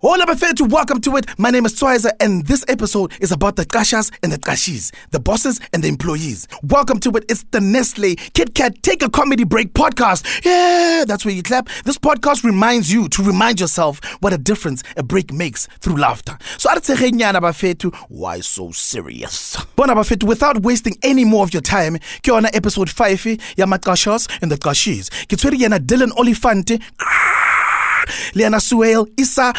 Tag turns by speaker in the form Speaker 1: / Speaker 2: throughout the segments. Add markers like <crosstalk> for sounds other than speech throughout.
Speaker 1: Hola, Bafetu, welcome to it. My name is Twizer, and this episode is about the Kashas and the Kashis, the bosses and the employees. Welcome to it. It's the Nestle Kit Kat Take a Comedy Break podcast. Yeah, that's where you clap. This podcast reminds you to remind yourself what a difference a break makes through laughter. So, Artsegenyana Bafetu, why so serious? Bona Bafetu, without wasting any more of your time, ke yona episode 5 ya Makashas and the Kashis. Ke tshwere yena Dylan Olifante, Lena Suel, Isa,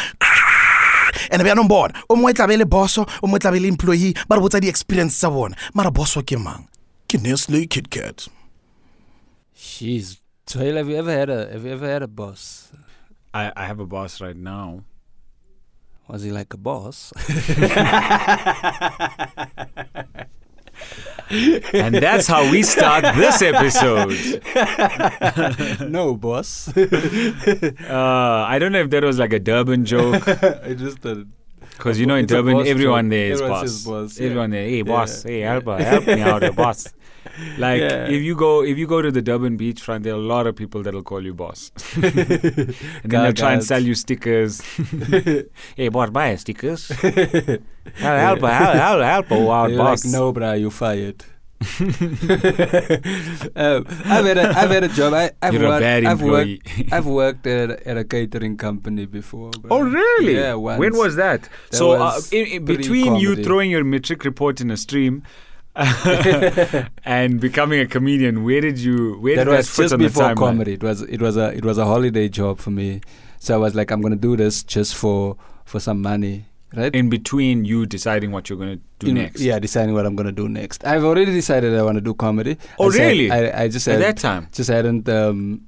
Speaker 1: and bjanong bona o mongwe tlabe e le boso o mongwe tlabe e le employee ba re botsa di-experience tsa bona mara boso ke mang ke nestle kitcat
Speaker 2: Jeez, Toil, have you ever had a have you ever had a boss?
Speaker 3: I, I have a boss
Speaker 4: <laughs>
Speaker 3: right now.
Speaker 2: Was he like a boss? <laughs>
Speaker 3: And that's how we start this episode.
Speaker 2: no boss.
Speaker 3: Uh, I don't know if that was like a Durban joke.
Speaker 4: I just uh, started.
Speaker 3: Because, you know, in
Speaker 4: It's a
Speaker 3: Durban,
Speaker 4: boss
Speaker 3: everyone
Speaker 4: joke.
Speaker 3: there is
Speaker 4: Everyone
Speaker 3: boss.
Speaker 4: says boss, yeah.
Speaker 3: Everyone there, hey, boss,
Speaker 4: Yeah,
Speaker 3: hey,
Speaker 4: yeah.
Speaker 3: help, help me out,
Speaker 4: <laughs>
Speaker 3: a boss. Like
Speaker 4: Yeah.
Speaker 3: if you go if you go to the Durban beachfront, there are a lot of people that'll call you boss, <laughs> and then they'll try and
Speaker 4: Gagas.
Speaker 3: sell
Speaker 4: <laughs>
Speaker 3: you stickers. hey, boss, buy stickers. help, help, help, help, help, oh, our
Speaker 4: You're
Speaker 3: boss.
Speaker 4: like, no, bruh, you fired. um, I've had a, I've had a job. I, I've
Speaker 3: You're
Speaker 4: worked,
Speaker 3: a bad
Speaker 4: I've
Speaker 3: employee.
Speaker 4: worked, I've worked at, a- at a catering company before. bruh.
Speaker 3: Oh, really?
Speaker 4: Yeah. Once.
Speaker 3: When was that?
Speaker 4: That
Speaker 3: so,
Speaker 4: was
Speaker 3: uh, in, in
Speaker 4: pretty
Speaker 3: between you
Speaker 4: comedy.
Speaker 3: throwing your metric report in
Speaker 4: <laughs>
Speaker 3: a stream and becoming a comedian, where did you? Where
Speaker 4: that
Speaker 3: did
Speaker 4: was
Speaker 3: that fit
Speaker 4: just
Speaker 3: on the
Speaker 4: before
Speaker 3: timeline?
Speaker 4: comedy. It was it was a it was a holiday job for me. So I was like, I'm gonna do this just for for some money, right?
Speaker 3: In between you deciding what you're going to do
Speaker 4: In-
Speaker 3: next.
Speaker 4: Yeah, deciding what I'm gonna do next. I've already decided I want to do comedy.
Speaker 3: Oh,
Speaker 4: I said-
Speaker 3: really?
Speaker 4: I, I just
Speaker 3: At
Speaker 4: had-
Speaker 3: that time,
Speaker 4: just hadn't um,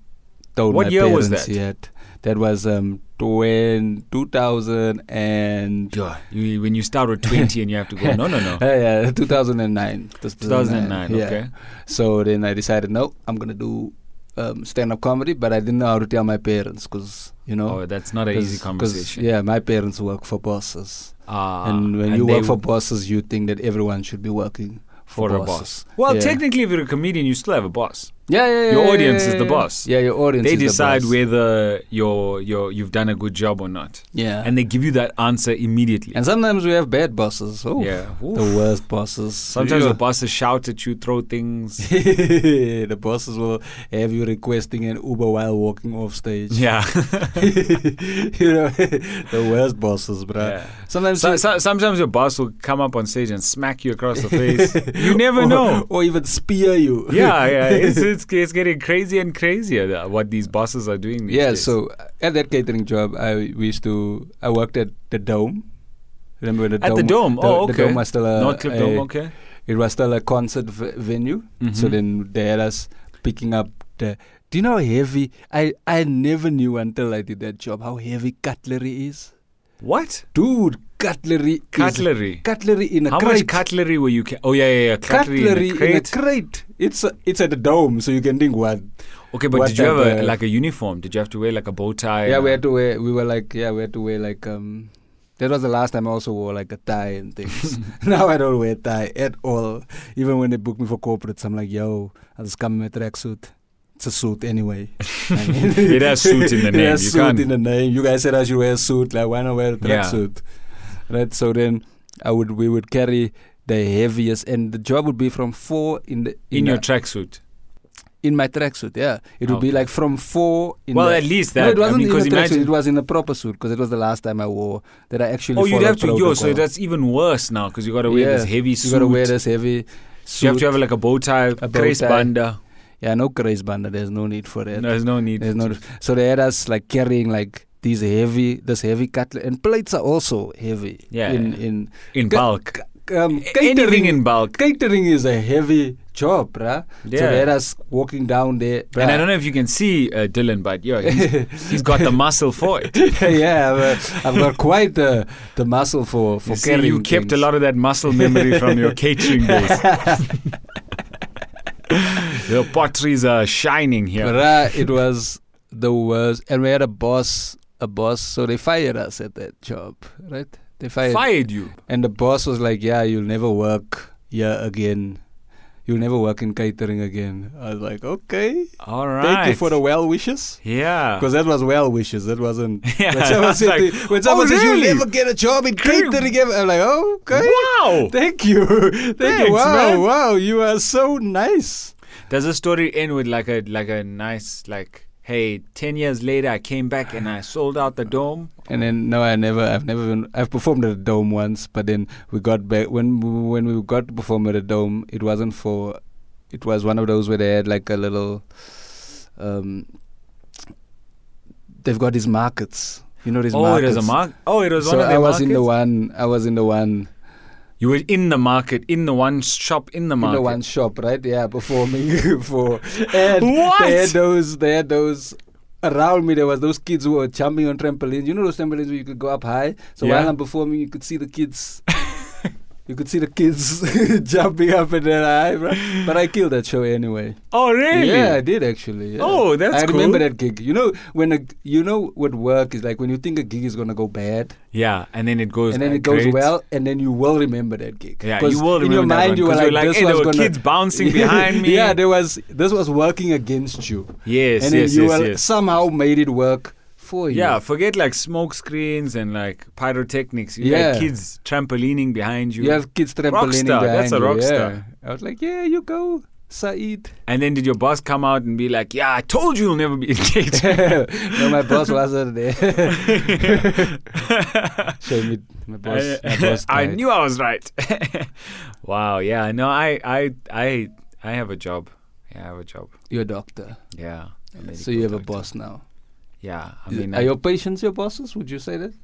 Speaker 4: told
Speaker 3: What
Speaker 4: my
Speaker 3: year was
Speaker 4: parents
Speaker 3: that?
Speaker 4: yet. That was um, twen- 2000 and
Speaker 3: yeah, you, when you start with 20 and you have to go, no, no,
Speaker 4: <laughs>
Speaker 3: no.
Speaker 4: Uh, yeah, 2009.
Speaker 3: 2009.
Speaker 4: yeah.
Speaker 3: Okay.
Speaker 4: So then I decided, no, I'm gonna do um, stand-up comedy, but I didn't know how to tell my parents because you know.
Speaker 3: Oh, that's not an easy
Speaker 4: 'cause- 'cause,
Speaker 3: conversation.
Speaker 4: yeah, my parents work for bosses,
Speaker 3: Ah,
Speaker 4: and when you
Speaker 3: they
Speaker 4: work for
Speaker 3: w-
Speaker 4: bosses, you think that everyone should be working for,
Speaker 3: for a
Speaker 4: bosses.
Speaker 3: boss. Well,
Speaker 4: Yeah.
Speaker 3: technically, if you're a comedian, you still have a boss.
Speaker 4: Yeah, yeah, yeah.
Speaker 3: Your
Speaker 4: yeah,
Speaker 3: audience
Speaker 4: yeah,
Speaker 3: is the
Speaker 4: yeah.
Speaker 3: boss.
Speaker 4: Yeah, your audience.
Speaker 3: They
Speaker 4: is the
Speaker 3: decide
Speaker 4: boss.
Speaker 3: whether you're, you're, you've done a good job or not.
Speaker 4: Yeah.
Speaker 3: and they give you that answer immediately.
Speaker 4: And sometimes we have bad bosses. Oh,
Speaker 3: yeah.
Speaker 4: the
Speaker 3: Oof.
Speaker 4: worst bosses.
Speaker 3: Sometimes
Speaker 4: Yeah.
Speaker 3: the bosses shout at you, throw things.
Speaker 4: <laughs> the bosses will have you requesting an Uber while walking off stage.
Speaker 3: yeah.
Speaker 4: <laughs> you know, <laughs> the worst bosses, bro.
Speaker 3: Yeah.
Speaker 4: Sometimes
Speaker 3: <laughs> So,
Speaker 4: you-
Speaker 3: so, sometimes your boss will come up on stage and smack you across
Speaker 4: <laughs>
Speaker 3: the face. you never
Speaker 4: or,
Speaker 3: know.
Speaker 4: <laughs> or even spear you.
Speaker 3: yeah, yeah.
Speaker 4: <laughs>
Speaker 3: It's, it's, it's getting crazier and crazier that, what these bosses are doing. These
Speaker 4: yeah.
Speaker 3: days.
Speaker 4: So at that catering job, I we used to. I worked at the Dome. Remember when the
Speaker 3: at
Speaker 4: Dome?
Speaker 3: the dome. oh, okay.
Speaker 4: The Dome was still a.
Speaker 3: Northcliffe
Speaker 4: a-
Speaker 3: Dome. Okay.
Speaker 4: It was still a concert v- venue. So
Speaker 3: Mhm.
Speaker 4: then they had us picking up the. Do you know how heavy? I I never knew until I did that job how heavy cutlery is.
Speaker 3: What
Speaker 4: Dude, cutlery. Is,
Speaker 3: cutlery?
Speaker 4: cutlery in a
Speaker 3: How
Speaker 4: crate.
Speaker 3: much cutlery were you? Ca- oh yeah, yeah, yeah. Cutlery,
Speaker 4: cutlery
Speaker 3: in a crate.
Speaker 4: crate. It's a, it's at the dome, so you can think what.
Speaker 3: okay, but
Speaker 4: what
Speaker 3: did you have
Speaker 4: type
Speaker 3: a,
Speaker 4: of-
Speaker 3: like a uniform? Did you have to wear like a bow tie?
Speaker 4: yeah,
Speaker 3: and
Speaker 4: we
Speaker 3: a-
Speaker 4: had to wear. We were like, yeah, we had to wear like um. That was the last time I also wore like a tie and
Speaker 3: <laughs>
Speaker 4: things. <laughs> now I don't wear tie at all. Even when they book me for corporates, I'm like, yo, I'll just come in my tracksuit. It's a suit
Speaker 3: <laughs>
Speaker 4: anyway. I mean,
Speaker 3: It has
Speaker 4: <laughs>
Speaker 3: suit in the name.
Speaker 4: It has
Speaker 3: You
Speaker 4: suit
Speaker 3: can't-
Speaker 4: in the name. You guys said I should wear a suit. Like, why not wear a
Speaker 3: Yeah.
Speaker 4: tracksuit? Right. So then, I would we would carry the heaviest, and the job would be from four in the
Speaker 3: in
Speaker 4: the-
Speaker 3: your tracksuit.
Speaker 4: in my tracksuit. Yeah, it would be
Speaker 3: Okay.
Speaker 4: like from four. In
Speaker 3: Well,
Speaker 4: the,
Speaker 3: at least
Speaker 4: no,
Speaker 3: that.
Speaker 4: it wasn't
Speaker 3: I mean,
Speaker 4: in a
Speaker 3: 'cause
Speaker 4: tracksuit.
Speaker 3: imagine
Speaker 4: It was in a proper suit because it was the last time I wore that I actually.
Speaker 3: Oh, you'd
Speaker 4: followed
Speaker 3: have to. Yo, so
Speaker 4: protocol.
Speaker 3: that's even worse now because you got to wear this
Speaker 4: Yeah,
Speaker 3: heavy
Speaker 4: you
Speaker 3: suit.
Speaker 4: gotta wear this heavy. Suit.
Speaker 3: You have to have like a bow tie,
Speaker 4: A
Speaker 3: a
Speaker 4: bow
Speaker 3: crease
Speaker 4: tie.
Speaker 3: banda.
Speaker 4: yeah, no craze banda. There's no need for that.
Speaker 3: There's no need.
Speaker 4: There's <laughs> no. So they had us like carrying like these heavy, this heavy cutlet, and plates are also heavy.
Speaker 3: Yeah,
Speaker 4: In
Speaker 3: yeah.
Speaker 4: in
Speaker 3: in
Speaker 4: Ca-
Speaker 3: bulk.
Speaker 4: c- um,
Speaker 3: Anything
Speaker 4: catering-
Speaker 3: in bulk.
Speaker 4: Catering is a heavy job, bruh. So
Speaker 3: Yeah.
Speaker 4: they had us walking down there. Bruh.
Speaker 3: And I don't know if you can see uh, Dylan, but yeah, he's, he's got the muscle for it.
Speaker 4: <laughs> yeah, I've, uh, I've got quite the the muscle for for
Speaker 3: You, see,
Speaker 4: carrying.
Speaker 3: you kept a
Speaker 4: things.
Speaker 3: lot of that muscle memory from
Speaker 4: <laughs>
Speaker 3: your catering days. Your potteries are shining
Speaker 4: But
Speaker 3: here.
Speaker 4: uh, it was the worst, and we had a boss, a boss. So they fired us at that job, right? They fired,
Speaker 3: Fired you.
Speaker 4: and the boss was like, "Yeah, you'll never work here again. you'll never work in catering again. I was like, okay,
Speaker 3: All right.
Speaker 4: thank you for the well wishes.
Speaker 3: yeah.
Speaker 4: Because that was well wishes. That wasn't.
Speaker 3: <laughs> Yeah,
Speaker 4: When someone
Speaker 3: that's
Speaker 4: said,
Speaker 3: like,
Speaker 4: to- when someone
Speaker 3: "Oh,
Speaker 4: says
Speaker 3: really?"
Speaker 4: you'll never get a job in
Speaker 3: Damn.
Speaker 4: catering again, I'm like, oh, okay.
Speaker 3: Wow.
Speaker 4: Thank you. <laughs> Thank
Speaker 3: Thanks,
Speaker 4: you. Wow,
Speaker 3: man.
Speaker 4: wow. You are so nice.
Speaker 3: Does the story end with like a like a nice like hey, ten years later I came back and I sold out the dome?
Speaker 4: And then no, I never, I've never been. I've performed at a dome once, but then we got back when when we got to perform at a dome. It wasn't for, it was one of those where they had like a little, um, they've got these markets. You know these
Speaker 3: oh,
Speaker 4: markets.
Speaker 3: it was a mark. Oh, it was
Speaker 4: so
Speaker 3: one of the
Speaker 4: I was in the
Speaker 3: markets?
Speaker 4: one. I was in the one.
Speaker 3: You were in the market, in the one shop, in the
Speaker 4: in
Speaker 3: market.
Speaker 4: the one shop, right? Yeah, <laughs> performing for and
Speaker 3: What?
Speaker 4: they had those they had those around me there was those kids who were jumping on trampolines. You know those trampolines where you could go up high? So
Speaker 3: Yeah.
Speaker 4: while I'm performing you could see the kids <laughs> you could see the kids <laughs> jumping up and then high, right? But I killed that show anyway.
Speaker 3: Oh, really?
Speaker 4: Yeah, I did actually. yeah.
Speaker 3: Oh, that's
Speaker 4: I remember
Speaker 3: cool.
Speaker 4: that gig. You know when a, you know what work is like when you think a gig is gonna go bad
Speaker 3: Yeah, and then it goes.
Speaker 4: and then
Speaker 3: uh,
Speaker 4: it goes
Speaker 3: great.
Speaker 4: well and then you will remember that gig.
Speaker 3: Yeah,
Speaker 4: 'Cause
Speaker 3: you will remember
Speaker 4: in your
Speaker 3: that
Speaker 4: mind
Speaker 3: one,
Speaker 4: you were
Speaker 3: 'cause
Speaker 4: like,
Speaker 3: you're like,
Speaker 4: this
Speaker 3: hey,
Speaker 4: was
Speaker 3: there were
Speaker 4: gonna
Speaker 3: kids bouncing behind me.
Speaker 4: <laughs> Yeah, there was this was working against you,
Speaker 3: Yes,
Speaker 4: and then
Speaker 3: yes,
Speaker 4: you
Speaker 3: yes,
Speaker 4: were-
Speaker 3: yes.
Speaker 4: somehow made it work for you.
Speaker 3: Yeah, forget like smoke screens and like pyrotechnics. You yeah.
Speaker 4: Yeah.
Speaker 3: kids trampolining behind you.
Speaker 4: you have kids trampolining
Speaker 3: Rockstar,
Speaker 4: behind
Speaker 3: that's a
Speaker 4: you,
Speaker 3: rockstar.
Speaker 4: Yeah. I was like, yeah, you go, Saeed. <laughs>
Speaker 3: and then did your boss come out and be like, "Yeah, I told you you'll never be <laughs>
Speaker 4: <laughs>
Speaker 3: engaged."
Speaker 4: no, my boss wasn't there. <laughs>
Speaker 3: I,
Speaker 4: Shame it, my boss. my boss
Speaker 3: <laughs> I
Speaker 4: died.
Speaker 3: knew I was right. <laughs> wow. Yeah. No. I. I. I. I have a job. Yeah, I have a job.
Speaker 4: you're a doctor,
Speaker 3: Yeah. a
Speaker 4: so
Speaker 3: medical
Speaker 4: you have a
Speaker 3: doctor.
Speaker 4: boss now.
Speaker 3: Yeah. I
Speaker 4: Is-
Speaker 3: mean,
Speaker 4: are
Speaker 3: I,
Speaker 4: your patients your bosses? Would you say that?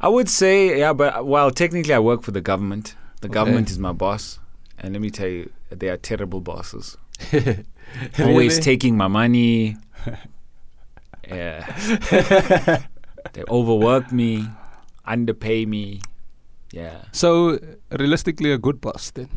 Speaker 3: I would say yeah, but uh, well, technically, I work for the government. The
Speaker 4: Okay.
Speaker 3: government is my boss, and let me tell you, they are terrible bosses.
Speaker 4: <laughs>
Speaker 3: always taking my money. yeah. they overwork me, underpay me. Yeah.
Speaker 4: so realistically, a good boss then.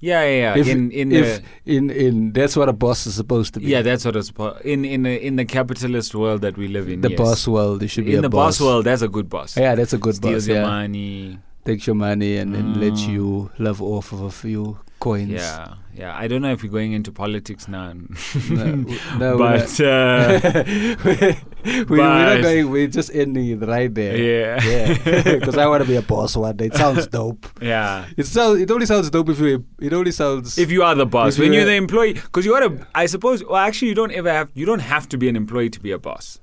Speaker 3: Yeah, yeah, yeah.
Speaker 4: If-
Speaker 3: in in
Speaker 4: if
Speaker 3: the,
Speaker 4: in in that's what a boss is supposed to be.
Speaker 3: yeah, that's what it's po- in in the, in the capitalist world that we live in.
Speaker 4: the
Speaker 3: yes.
Speaker 4: boss world. You should be
Speaker 3: in
Speaker 4: a
Speaker 3: the boss. world, that's a good boss.
Speaker 4: Yeah, that's a good
Speaker 3: Steals
Speaker 4: boss.
Speaker 3: your
Speaker 4: Yeah.
Speaker 3: money.
Speaker 4: Takes your money and then lets
Speaker 3: Mm.
Speaker 4: you live off of a few coins.
Speaker 3: Yeah, yeah. I don't know if we're going into politics now,
Speaker 4: <laughs> No, w- no, we're
Speaker 3: <laughs> but uh,
Speaker 4: not- we, <laughs> we're
Speaker 3: but-
Speaker 4: not going. We're just ending it right there.
Speaker 3: yeah,
Speaker 4: <laughs>
Speaker 3: <laughs>
Speaker 4: Because I want to be a boss one day. It sounds dope.
Speaker 3: yeah.
Speaker 4: It sounds. It only sounds dope if you. It only sounds.
Speaker 3: If you are the boss,
Speaker 4: If
Speaker 3: when
Speaker 4: you're-
Speaker 3: you're the employee, because you are a, I suppose. Well, actually, you don't ever have. You don't have to be an employee to be a boss.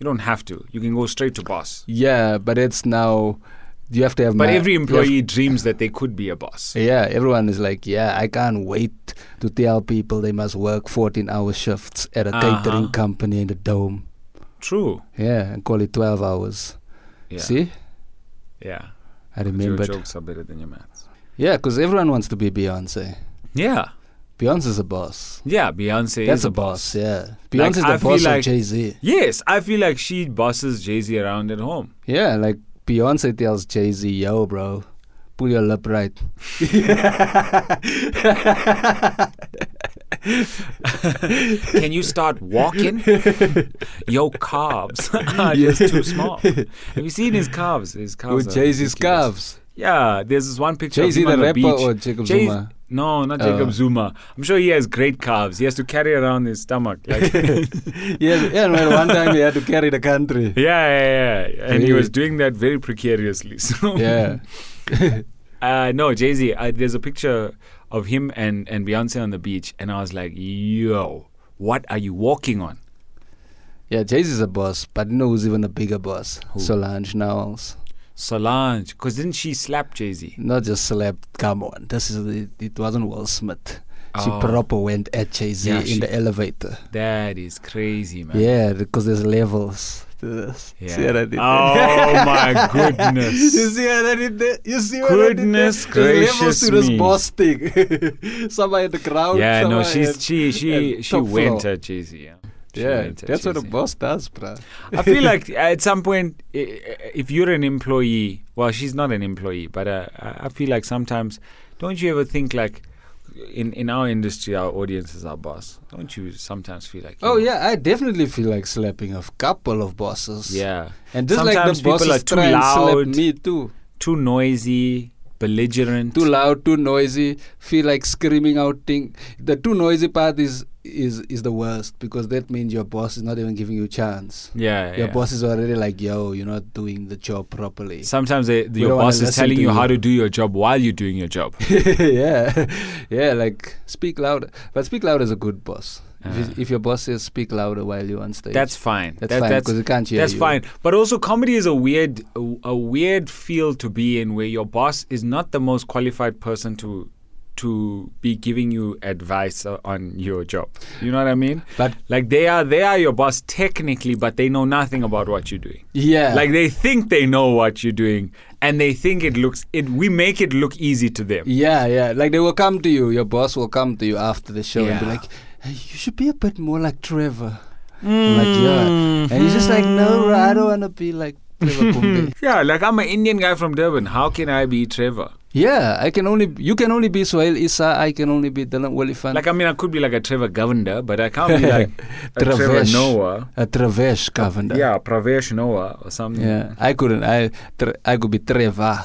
Speaker 3: You don't have to. You can go straight to boss.
Speaker 4: yeah, but it's now. You have to have.
Speaker 3: But
Speaker 4: ma-
Speaker 3: every
Speaker 4: you have-
Speaker 3: employee dreams that they could be a boss.
Speaker 4: yeah, everyone is like, yeah, I can't wait to tell people they must work 14-hour shifts at a
Speaker 3: Uh-huh.
Speaker 4: catering company in the dome.
Speaker 3: True.
Speaker 4: Yeah, and call it 12 hours.
Speaker 3: Yeah.
Speaker 4: See?
Speaker 3: Yeah.
Speaker 4: I
Speaker 3: Your
Speaker 4: remembered.
Speaker 3: jokes are better than your maths.
Speaker 4: Yeah, because everyone wants to be Beyonce.
Speaker 3: Yeah.
Speaker 4: Beyonce's a boss.
Speaker 3: Yeah. Beyonce.
Speaker 4: That's
Speaker 3: is
Speaker 4: a, boss, yeah.
Speaker 3: Like,
Speaker 4: Beyonce's
Speaker 3: I
Speaker 4: the
Speaker 3: feel
Speaker 4: boss
Speaker 3: like-
Speaker 4: of Jay Z.
Speaker 3: Yes, I feel like she bosses Jay Z around at home.
Speaker 4: Yeah, like Beyonce tells Jay Z, yo, bro, pull your lip right.
Speaker 3: Can you
Speaker 4: <laughs>
Speaker 3: start walking? Yo, <laughs> calves are just too small. Have you seen his calves? His calves.
Speaker 4: With
Speaker 3: are
Speaker 4: Jay Z's
Speaker 3: ridiculous.
Speaker 4: calves. <laughs>
Speaker 3: Yeah, there's this one picture.
Speaker 4: Jay Z
Speaker 3: of him
Speaker 4: the
Speaker 3: on
Speaker 4: rapper
Speaker 3: the beach.
Speaker 4: or Jacob
Speaker 3: Jay-
Speaker 4: Zuma?
Speaker 3: No, not Jacob
Speaker 4: Oh.
Speaker 3: Zuma. I'm sure he has great calves. He has to carry around his stomach.
Speaker 4: <laughs>
Speaker 3: Like, yeah,
Speaker 4: Yeah, yeah man, one time he had to carry the
Speaker 3: <laughs>
Speaker 4: country.
Speaker 3: yeah, yeah. And he
Speaker 4: Really?
Speaker 3: was doing that very precariously. <laughs> So.
Speaker 4: Yeah.
Speaker 3: Uh, no, Jay Z. Uh, there's a picture of him and and Beyonce on the beach, and I was like, Yo, what are you walking on?
Speaker 4: Yeah, Jay Z's a boss, but you know who's even a bigger boss? Solange Knowles.
Speaker 3: Solange, because didn't she slap Jay Z?
Speaker 4: Not just slept. Come on, this is it, it wasn't Will Smith. She
Speaker 3: Oh.
Speaker 4: proper went at Jay Z
Speaker 3: Yeah,
Speaker 4: in
Speaker 3: she-
Speaker 4: the elevator.
Speaker 3: That is crazy, man.
Speaker 4: Yeah, because there's levels to this.
Speaker 3: Yeah.
Speaker 4: See what I did there?
Speaker 3: Oh my goodness.
Speaker 4: <laughs> You see what I did there? You see what
Speaker 3: Goodness
Speaker 4: I did there? There's levels
Speaker 3: gracious
Speaker 4: to this
Speaker 3: me.
Speaker 4: boss thing. <laughs> somewhere in the crowd.
Speaker 3: Yeah, no,
Speaker 4: somewhere
Speaker 3: she's
Speaker 4: at-
Speaker 3: she she
Speaker 4: at
Speaker 3: she
Speaker 4: top
Speaker 3: went
Speaker 4: floor.
Speaker 3: at Jay Z. Yeah, She
Speaker 4: yeah,
Speaker 3: went at
Speaker 4: that's what a
Speaker 3: Jay-Z.
Speaker 4: boss does, bruh.
Speaker 3: I feel like at some point, i- i- if you're an employee, well, she's not an employee, but uh, I I feel like sometimes, don't you ever think like, in in our industry, our audience is our boss. Don't you sometimes feel like? you
Speaker 4: Oh
Speaker 3: know,
Speaker 4: yeah, I definitely feel like slapping a couple of bosses.
Speaker 3: yeah,
Speaker 4: and just like
Speaker 3: Sometimes
Speaker 4: the
Speaker 3: people
Speaker 4: bosses
Speaker 3: are too
Speaker 4: try and slap
Speaker 3: loud.
Speaker 4: me too.
Speaker 3: too noisy. belligerent.
Speaker 4: too loud, too noisy, feel like screaming out thing. The too noisy part is is is the worst because that means your boss is not even giving you a chance.
Speaker 3: yeah,
Speaker 4: Your
Speaker 3: yeah.
Speaker 4: boss is already like, "Yo, you're not doing the job properly."
Speaker 3: Sometimes they,
Speaker 4: We
Speaker 3: your
Speaker 4: don't wanna
Speaker 3: boss is
Speaker 4: listen
Speaker 3: telling
Speaker 4: to
Speaker 3: you how
Speaker 4: you.
Speaker 3: to do your job while you're doing your
Speaker 4: <laughs>
Speaker 3: job.
Speaker 4: <laughs> yeah, yeah, like speak louder. But speak louder is a good boss. If,
Speaker 3: Uh.
Speaker 4: you- if your boss says speak louder while you're on stage,
Speaker 3: That's fine.
Speaker 4: that's
Speaker 3: That-
Speaker 4: fine
Speaker 3: that's
Speaker 4: because it can't hear
Speaker 3: That's
Speaker 4: you.
Speaker 3: fine. But also, comedy is a weird, a, a weird field to be in, where your boss is not the most qualified person to to be giving you advice o- on your job. You know what I mean?
Speaker 4: But
Speaker 3: Like they are, they are your boss technically, but they know nothing about what you're doing.
Speaker 4: yeah,
Speaker 3: Like they think they know what you're doing, and they think it looks it. We make it look easy to them.
Speaker 4: Yeah, yeah. Like they will come to you. Your boss will come to you after the show and be
Speaker 3: Yeah.
Speaker 4: like, hey, "You should be a bit more like Trevor."
Speaker 3: Mm-hmm.
Speaker 4: I'm Like yeah, and he's just like, "No, bro, I don't want to be like Trevor
Speaker 3: <laughs>
Speaker 4: Kumbe."
Speaker 3: Yeah, like I'm an Indian guy from Durban. How can I be Trevor?
Speaker 4: yeah, I can only. You can only be Sohail Issa. I can only be Dylan Wolifant.
Speaker 3: Like I mean, I could be like a Trevor Governor, but I can't be
Speaker 4: <laughs>
Speaker 3: like a Trevor
Speaker 4: Travesh.
Speaker 3: Noah.
Speaker 4: a Travesh Governor.
Speaker 3: Yeah, Pravesh Noah or something.
Speaker 4: yeah. I couldn't. I tre- I could be Trevor.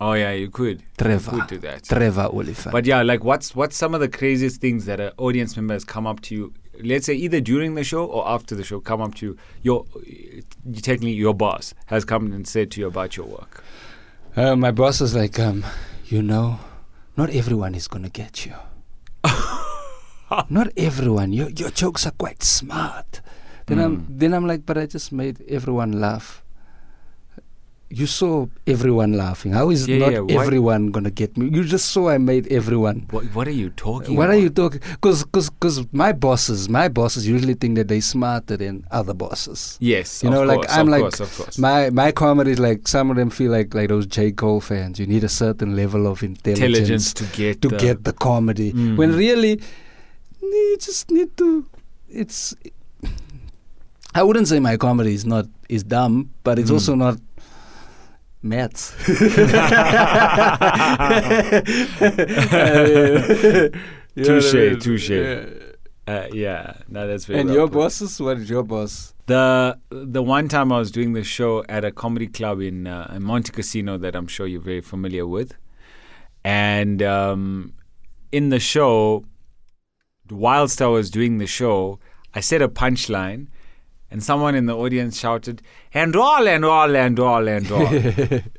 Speaker 3: Oh yeah, you could. You
Speaker 4: Trevor.
Speaker 3: could do that.
Speaker 4: Trevor Wolifant.
Speaker 3: But yeah, like what's what's some of the craziest things that an audience member has come up to you? Let's say either during the show or after the show, come up to you. Your you technically your boss has come and said to you about your work.
Speaker 4: Uh, my boss was like, um, you know, not everyone is gonna get
Speaker 3: <laughs>
Speaker 4: you. not everyone. Your your jokes are quite smart. Then I'm
Speaker 3: Hmm.
Speaker 4: then I'm like, but I just made everyone laugh. You saw everyone laughing. How is
Speaker 3: Yeah,
Speaker 4: not
Speaker 3: yeah, why-
Speaker 4: everyone gonna get me? You just saw I made everyone.
Speaker 3: What what are you talking?
Speaker 4: What
Speaker 3: about?
Speaker 4: are you talking? Cause, cause, cause my bosses, my bosses usually think that they're smarter than other bosses.
Speaker 3: Yes,
Speaker 4: You
Speaker 3: of
Speaker 4: know, like,
Speaker 3: course,
Speaker 4: I'm
Speaker 3: of
Speaker 4: like,
Speaker 3: course, of course.
Speaker 4: My my comedy is like some of them feel like like those J Cole fans. You need a certain level of intelligence,
Speaker 3: intelligence to get
Speaker 4: to
Speaker 3: the-
Speaker 4: get the comedy.
Speaker 3: Mm.
Speaker 4: When really, you just need to. It's. I wouldn't say my comedy is not is dumb, but it's
Speaker 3: Mm.
Speaker 4: also not.
Speaker 3: <laughs>
Speaker 4: Maths. <laughs>
Speaker 3: Touche,
Speaker 4: Touche,
Speaker 3: touche. Uh, yeah, no, that's very
Speaker 4: And
Speaker 3: well
Speaker 4: your
Speaker 3: put.
Speaker 4: bosses? What is your boss?
Speaker 3: The the one time I was doing the show at a comedy club in, uh, in Monte Cassino that I'm sure you're very familiar with, and um, in the show, whilst I was doing the show, I said a punchline, and someone in the audience shouted "and all and all and all
Speaker 4: <laughs>
Speaker 3: and all,"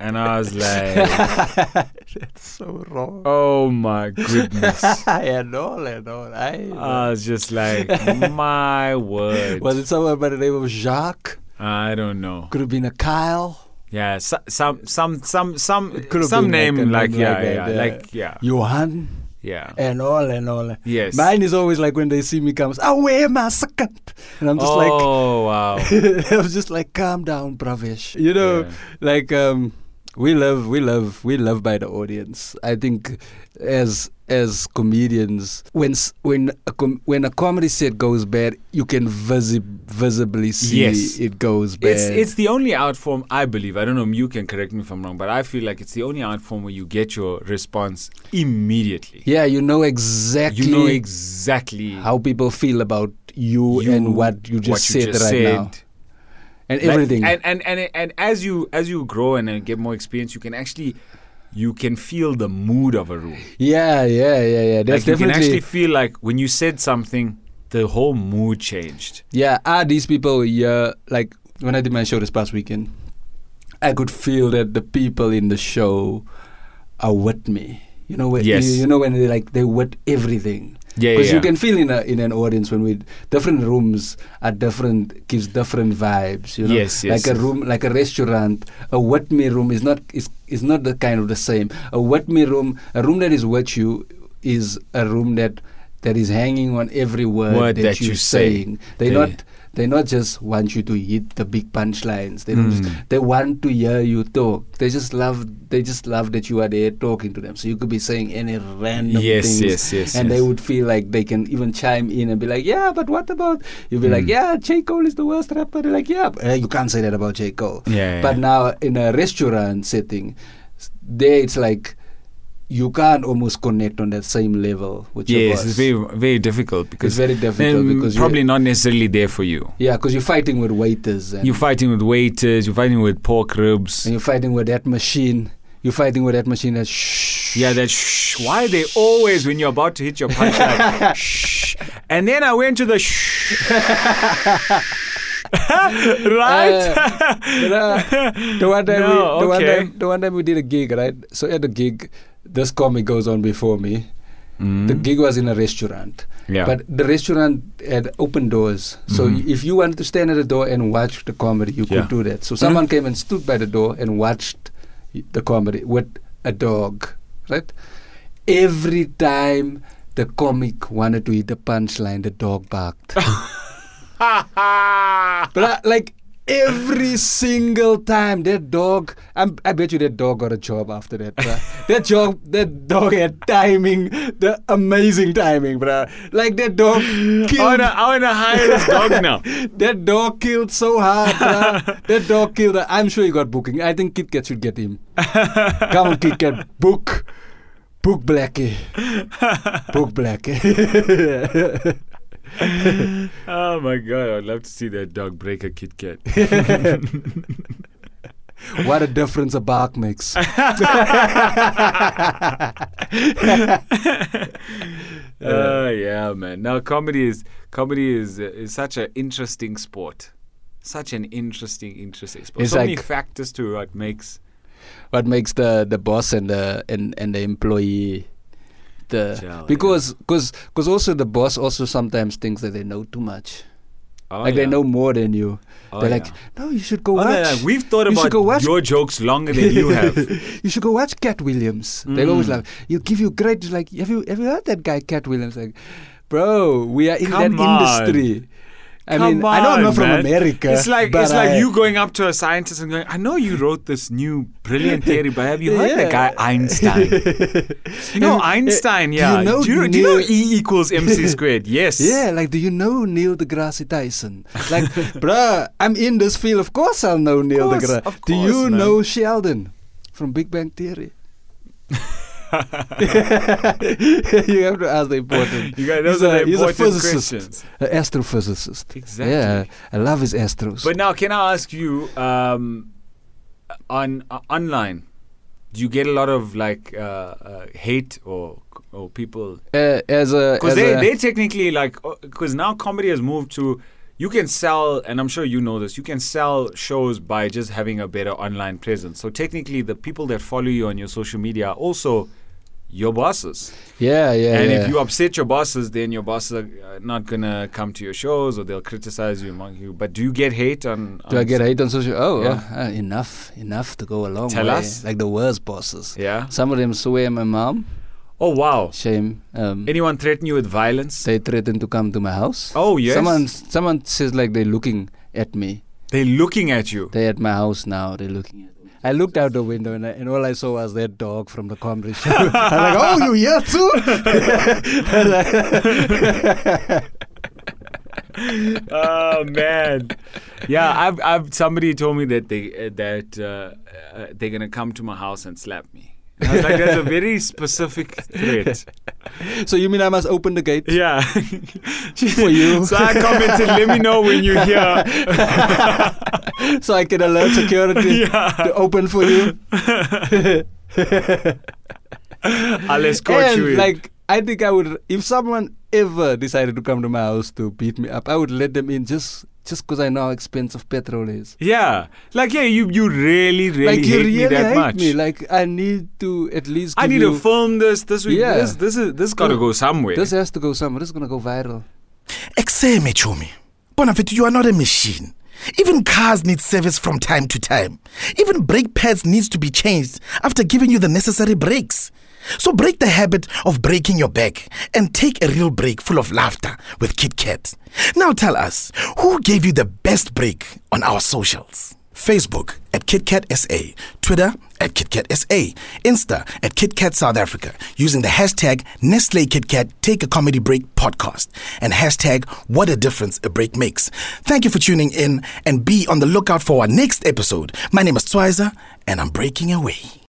Speaker 3: and I was like,
Speaker 4: That's so wrong.
Speaker 3: "Oh my goodness."
Speaker 4: <laughs> and all and all. I
Speaker 3: I was just like, my word.
Speaker 4: Uh, was it someone by the name of Jacques?
Speaker 3: I don't know.
Speaker 4: Could have been a Kyle.
Speaker 3: Yeah, so, some some some some
Speaker 4: could have
Speaker 3: some
Speaker 4: been like
Speaker 3: name
Speaker 4: a
Speaker 3: like,
Speaker 4: name like
Speaker 3: yeah, yeah,
Speaker 4: that, yeah.
Speaker 3: like yeah,
Speaker 4: Johan
Speaker 3: yeah.
Speaker 4: and all and all.
Speaker 3: Yes.
Speaker 4: Mine is always like when they see me comes, "Oh, I wear my second. And I'm just like <laughs>
Speaker 3: oh wow.
Speaker 4: I was just like calm down, Bravish. You know,
Speaker 3: Yeah.
Speaker 4: like um we love we love we love by the audience. I think as as comedians when s- when a com- when a comedy set goes bad, you can visi- visibly see
Speaker 3: Yes.
Speaker 4: it goes bad.
Speaker 3: It's it's the only art form I believe. I don't know. You can correct me if I'm wrong, but I feel like it's the only art form where you get your response immediately.
Speaker 4: yeah, you know exactly
Speaker 3: You know exactly
Speaker 4: how people feel about you,
Speaker 3: Mm. you-
Speaker 4: and what you just
Speaker 3: what
Speaker 4: said right now and
Speaker 3: Like,
Speaker 4: everything.
Speaker 3: and, and and and as you as you grow and uh, get more experience, you can actually you can feel the mood of a room.
Speaker 4: yeah, yeah, yeah, yeah. That's
Speaker 3: like you can
Speaker 4: definitely
Speaker 3: actually feel like when you said something, the whole mood changed.
Speaker 4: Yeah, are these people yeah like when I did my show this past weekend, I could feel that the people in the show are with me. You know when
Speaker 3: Yes.
Speaker 4: you, you know when they like they with everything.
Speaker 3: Yeah,
Speaker 4: Because
Speaker 3: yeah,
Speaker 4: you
Speaker 3: yeah.
Speaker 4: can feel in a, in an audience when we different rooms are different gives different vibes. You know,
Speaker 3: Yes, yes,
Speaker 4: like a
Speaker 3: yes.
Speaker 4: room like a restaurant, a with me room is not is is not the kind of the same. A with me room, a room that is with you, is a room that that is hanging on every word,
Speaker 3: Word
Speaker 4: that,
Speaker 3: that
Speaker 4: you're
Speaker 3: you say.
Speaker 4: saying. They
Speaker 3: Yeah.
Speaker 4: not they not just want you to hit the big punchlines. They don't
Speaker 3: Mm.
Speaker 4: just, they want to hear you talk. They just love they just love that you are there talking to them. So you could be saying any random
Speaker 3: Yes,
Speaker 4: things,
Speaker 3: yes, yes,
Speaker 4: and
Speaker 3: yes.
Speaker 4: they would feel like they can even chime in and be like, "Yeah, but what about?" You'd be like,
Speaker 3: Mm.
Speaker 4: "Yeah, J Cole is the worst rapper." They're like, "Yeah, but, uh, you can't say that about J Cole."
Speaker 3: Yeah,
Speaker 4: But
Speaker 3: yeah.
Speaker 4: now in a restaurant setting, s- there it's like you can't almost connect on that same level with your
Speaker 3: Yes,
Speaker 4: boss.
Speaker 3: it's very very difficult because
Speaker 4: It's very difficult
Speaker 3: then
Speaker 4: because you-
Speaker 3: probably not necessarily there for you.
Speaker 4: yeah, because you're fighting with waiters and
Speaker 3: You're fighting with waiters. You're fighting with pork ribs.
Speaker 4: and you're fighting with that machine. You're fighting with that machine that shh.
Speaker 3: Yeah, that shh. Why they always when you're about to hit your
Speaker 4: <laughs>
Speaker 3: punchline? shh. And then I went to the shh. <laughs> right?
Speaker 4: Uh, but,
Speaker 3: <laughs>
Speaker 4: uh, the one time,
Speaker 3: No,
Speaker 4: we, the,
Speaker 3: okay.
Speaker 4: one time, the one time we did a gig, right? So at the gig, this comic goes on before me. The gig was in a restaurant,
Speaker 3: Mm. yeah.
Speaker 4: but the restaurant had open doors. So
Speaker 3: Mhm.
Speaker 4: if you wanted to stand at the door and watch the comedy, you
Speaker 3: Yeah. Mm-hmm.
Speaker 4: could do that. So someone came and stood by the door and watched y- the comedy with a dog, right? Every time the comic wanted to hit the punchline, the dog barked. Uh,
Speaker 3: <laughs>
Speaker 4: But I, like every single time, that dog. I'm, I bet you that dog got a job after that. Bruh. that job, that dog had timing, the amazing timing, bruh. Like that dog
Speaker 3: I
Speaker 4: killed.
Speaker 3: wanna, I wanna hire this dog
Speaker 4: <laughs>
Speaker 3: now.
Speaker 4: that dog killed so hard, bruh. That dog killed. I'm sure he got booking. I think Kit Kat should get him. Come on, Kit Kat, book. Book Blackie. Book Blackie.
Speaker 3: Oh my god, I'd love to see that dog break a
Speaker 4: <laughs>
Speaker 3: Kit Kat.
Speaker 4: <laughs> what a difference a bark makes.
Speaker 3: Oh yeah, man. Now comedy is comedy is uh, is such an interesting sport. Such an interesting, interesting sport.
Speaker 4: It's
Speaker 3: so many
Speaker 4: like-
Speaker 3: factors to what makes
Speaker 4: what makes the the boss and the and, and the employee the
Speaker 3: Gel, yeah.
Speaker 4: because because because also the boss also sometimes thinks that they know too much
Speaker 3: oh,
Speaker 4: like they
Speaker 3: yeah.
Speaker 4: know more than you
Speaker 3: Oh,
Speaker 4: they're like
Speaker 3: yeah.
Speaker 4: no you should go
Speaker 3: Oh, no,
Speaker 4: watch
Speaker 3: no, we've thought
Speaker 4: You should
Speaker 3: about
Speaker 4: go watch-
Speaker 3: your jokes longer <laughs> than
Speaker 4: <laughs>
Speaker 3: you have. Mm.
Speaker 4: you should go watch Cat Williams. They're always like, "You give you great like have you have you heard that guy Cat Williams?" Like, bro, we are in
Speaker 3: Come
Speaker 4: that
Speaker 3: on.
Speaker 4: industry. I
Speaker 3: Come
Speaker 4: mean, I know I'm not
Speaker 3: on,
Speaker 4: from
Speaker 3: man.
Speaker 4: America.
Speaker 3: It's like
Speaker 4: but
Speaker 3: it's like
Speaker 4: I-
Speaker 3: you going up to a scientist and going, "I know you wrote this new
Speaker 4: <laughs>
Speaker 3: brilliant theory, but have you heard the guy
Speaker 4: Yeah. <laughs>
Speaker 3: Einstein? you
Speaker 4: And,
Speaker 3: know
Speaker 4: uh,
Speaker 3: Einstein,
Speaker 4: do
Speaker 3: yeah.
Speaker 4: you know
Speaker 3: do, you, do you know
Speaker 4: Neil-
Speaker 3: E
Speaker 4: <laughs>
Speaker 3: equals mc squared? Yes. <laughs>
Speaker 4: Yeah, like, do you know Neil deGrasse Tyson? Like, bruh, I'm in this field. Of course, I'll know Neil
Speaker 3: course,
Speaker 4: deGrasse.
Speaker 3: of
Speaker 4: do you
Speaker 3: course, man.
Speaker 4: know Sheldon from Big Bang
Speaker 3: <laughs>
Speaker 4: Theory? <laughs> you have to ask the important.
Speaker 3: You guys,
Speaker 4: He's
Speaker 3: those are
Speaker 4: a-
Speaker 3: the
Speaker 4: he's a
Speaker 3: important
Speaker 4: physicist.
Speaker 3: questions.
Speaker 4: An astrophysicist.
Speaker 3: Exactly.
Speaker 4: Yeah, I love his astros.
Speaker 3: But now, can I ask you um, on uh, online? Do you get a lot of like uh, uh, hate or or people?
Speaker 4: uh, as a,
Speaker 3: Because
Speaker 4: as
Speaker 3: they
Speaker 4: a
Speaker 3: they technically like because now comedy has moved to you can sell, and I'm sure you know this. You can sell shows by just having a better online presence. So technically, the people that follow you on your social media are also your bosses.
Speaker 4: yeah, yeah,
Speaker 3: and
Speaker 4: yeah.
Speaker 3: if you upset your bosses, then your bosses are uh, not gonna come to your shows, or they'll criticize you, mock you. But do you get hate on?
Speaker 4: do
Speaker 3: on
Speaker 4: I get hate on social? Oh,
Speaker 3: Yeah.
Speaker 4: oh, uh, enough, enough to go a long
Speaker 3: Tell
Speaker 4: way.
Speaker 3: us.
Speaker 4: Like the worst bosses.
Speaker 3: Yeah.
Speaker 4: Some of them swear my mom.
Speaker 3: Oh wow.
Speaker 4: Shame. Um,
Speaker 3: Anyone threaten you with violence?
Speaker 4: they threaten to come to my house.
Speaker 3: Oh yes.
Speaker 4: Someone someone says like they're looking at me.
Speaker 3: They're looking at you.
Speaker 4: They're at my house now. They're looking at me. I looked out the window and, I, and all I saw was that dog from the comedy show. <laughs> I'm like, oh, you here too? <laughs>
Speaker 3: oh man. Yeah, I've I've somebody told me that they uh, that uh, uh, they're gonna come to my house and slap me. And I was like, that's a very specific threat.
Speaker 4: so you mean I must open the gate?
Speaker 3: <laughs>
Speaker 4: <laughs>
Speaker 3: Yeah.
Speaker 4: For you.
Speaker 3: so I commented, let me know when you hear.
Speaker 4: <laughs> so I can alert
Speaker 3: <laughs>
Speaker 4: security to open for you.
Speaker 3: I'll escort
Speaker 4: and
Speaker 3: you in.
Speaker 4: like, I think I would, if someone ever decided to come to my house to beat me up, I would let them in just just because I know how expensive petrol is.
Speaker 3: yeah. Like yeah, you you really, really
Speaker 4: like
Speaker 3: hate
Speaker 4: you really
Speaker 3: me that
Speaker 4: hate
Speaker 3: much.
Speaker 4: me. Like I need to at least. Give
Speaker 3: I need
Speaker 4: you,
Speaker 3: to film this this week.
Speaker 4: Yeah.
Speaker 3: This this is this gotta go somewhere.
Speaker 4: This has to go somewhere. This is gonna go viral.
Speaker 1: Exame, Chumi. Bonafit, you are not a machine. Even cars need service from time to time. Even brake pads needs to be changed after giving you the necessary breaks. So break the habit of breaking your back and take a real break full of laughter with Kit Kat. Now tell us, who gave you the best break on our socials? Facebook at KitKatSA, Twitter at KitKatSA, Insta at KitKat South Africa, using the hashtag Nestle KitKat Take a Comedy Break Podcast and hashtag What a Difference a Break Makes. Thank you for tuning in and be on the lookout for our next episode. My name is Twizer and I'm breaking away.